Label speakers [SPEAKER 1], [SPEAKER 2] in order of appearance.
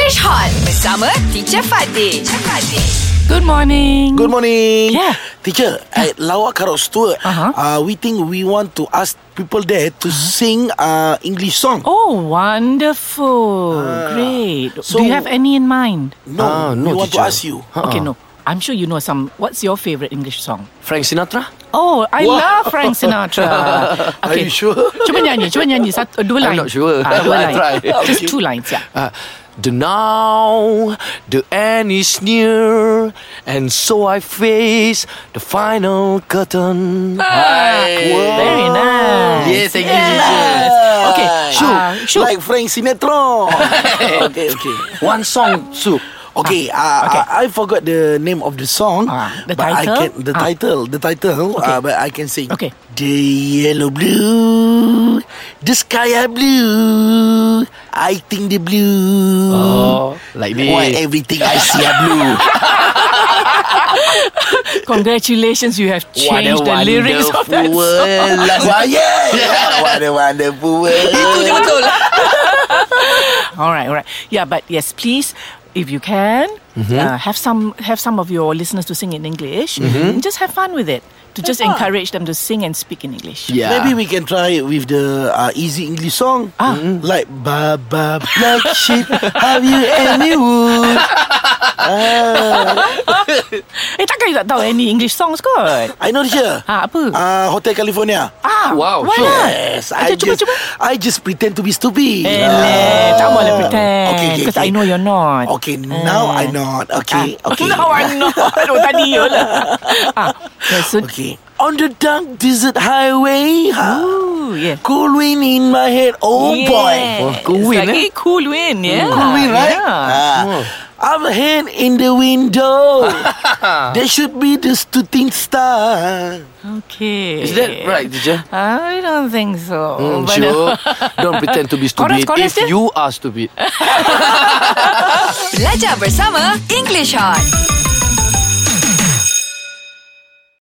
[SPEAKER 1] Fresh Hot bersama Teacher Fatih. Teacher Fatih.
[SPEAKER 2] Good morning.
[SPEAKER 3] Good morning.
[SPEAKER 2] Yeah.
[SPEAKER 3] Teacher, at Lawak Karaoke Tour,
[SPEAKER 2] Uh-huh.
[SPEAKER 3] uh, we think we want to ask people there to sing uh, English song.
[SPEAKER 2] Oh, wonderful. Great.
[SPEAKER 3] so-
[SPEAKER 2] Do you have any in mind?
[SPEAKER 3] No,
[SPEAKER 4] Ah, no,
[SPEAKER 3] we want to
[SPEAKER 4] teacher.
[SPEAKER 3] ask you.
[SPEAKER 4] Huh.
[SPEAKER 2] Okay, no. I'm sure you know some. What's your favorite English song?
[SPEAKER 4] Frank Sinatra?
[SPEAKER 2] Oh, I love Frank Sinatra.
[SPEAKER 3] Are you sure?
[SPEAKER 2] Cuba nyanyi, cuba nyanyi satu dua line.
[SPEAKER 4] I'm not sure.
[SPEAKER 2] Ah, dua
[SPEAKER 4] I'll
[SPEAKER 2] line.
[SPEAKER 4] try.
[SPEAKER 2] Just two lines, yeah.
[SPEAKER 4] Uh, the now, the end is near, and so I face the final curtain.
[SPEAKER 2] Ah,
[SPEAKER 4] Ah. Hi.
[SPEAKER 2] Very nice.
[SPEAKER 4] Yes, thank you, teacher.
[SPEAKER 2] Okay, sure.
[SPEAKER 3] Ah,
[SPEAKER 2] sure.
[SPEAKER 3] Like Frank Sinatra. okay, okay.
[SPEAKER 4] One song, Sue.
[SPEAKER 3] Okay, uh,
[SPEAKER 2] Ah. okay.
[SPEAKER 3] I, I forgot the name of the song.
[SPEAKER 2] Ah, the
[SPEAKER 3] but I
[SPEAKER 2] title?
[SPEAKER 3] can, the
[SPEAKER 2] Ah.
[SPEAKER 3] title, the title.
[SPEAKER 2] Okay.
[SPEAKER 3] Uh, but I can sing.
[SPEAKER 2] Okay.
[SPEAKER 3] The yellow blue, the sky are blue. I think the blue.
[SPEAKER 4] Oh, like this.
[SPEAKER 3] Why everything I see are blue?
[SPEAKER 2] Congratulations, you have
[SPEAKER 4] What a
[SPEAKER 2] changed the lyrics of that song.
[SPEAKER 4] wonderful world.
[SPEAKER 3] Why yeah? What a wonderful
[SPEAKER 2] eh?
[SPEAKER 3] world.
[SPEAKER 2] All right, all right. Yeah, but yes, please, if you can,
[SPEAKER 3] Mm-hmm.
[SPEAKER 2] uh, have some have some of your listeners to sing in English and
[SPEAKER 3] Mm-hmm.
[SPEAKER 2] just have fun with it. To just encourage them to sing and speak in English.
[SPEAKER 4] Yeah.
[SPEAKER 3] Maybe we can try it with the uh, easy English song.
[SPEAKER 2] Ah.
[SPEAKER 3] Mm-hmm. Like Baba Black Sheep, have you any wood?
[SPEAKER 2] Eh, takkan you tak tahu any English songs kot?
[SPEAKER 3] I know here.
[SPEAKER 2] Ah, apa?
[SPEAKER 3] Uh, Hotel California.
[SPEAKER 2] Ah,
[SPEAKER 4] wow,
[SPEAKER 2] why
[SPEAKER 4] sure.
[SPEAKER 2] not?
[SPEAKER 3] Yes,
[SPEAKER 2] Macam
[SPEAKER 3] I
[SPEAKER 2] cuba,
[SPEAKER 3] just,
[SPEAKER 2] cuba.
[SPEAKER 3] I just pretend to be stupid. Ah.
[SPEAKER 2] Eh, leh, tak boleh pretend.
[SPEAKER 3] Okay, okay,
[SPEAKER 2] Because
[SPEAKER 3] okay.
[SPEAKER 2] I know you're not. Eh.
[SPEAKER 3] Okay, now I not. Okay,
[SPEAKER 2] Ah,
[SPEAKER 3] okay.
[SPEAKER 2] Now I'm not. Oh, tadi you lah. Ah, yeah, so,
[SPEAKER 3] Okay. On the dark desert highway, huh?
[SPEAKER 2] Ooh, yeah.
[SPEAKER 3] cool wind in my head. Oh
[SPEAKER 2] yeah.
[SPEAKER 3] boy.
[SPEAKER 4] Oh, cool
[SPEAKER 2] It's
[SPEAKER 4] win,
[SPEAKER 2] like,
[SPEAKER 4] eh?
[SPEAKER 2] eh, cool win, yeah.
[SPEAKER 3] Cool wind, right?
[SPEAKER 2] Yeah.
[SPEAKER 3] Ah. I'm a hand in the window. there should be the shooting star.
[SPEAKER 2] Okay.
[SPEAKER 4] Is that right, teacher?
[SPEAKER 2] I don't think so.
[SPEAKER 4] Mm,
[SPEAKER 2] Oh, but, uh,
[SPEAKER 4] sure. Don't pretend to be
[SPEAKER 2] Chorus,
[SPEAKER 4] stupid
[SPEAKER 2] chorus
[SPEAKER 4] if
[SPEAKER 2] dia.
[SPEAKER 4] you are stupid.
[SPEAKER 1] Belajar bersama English Hot.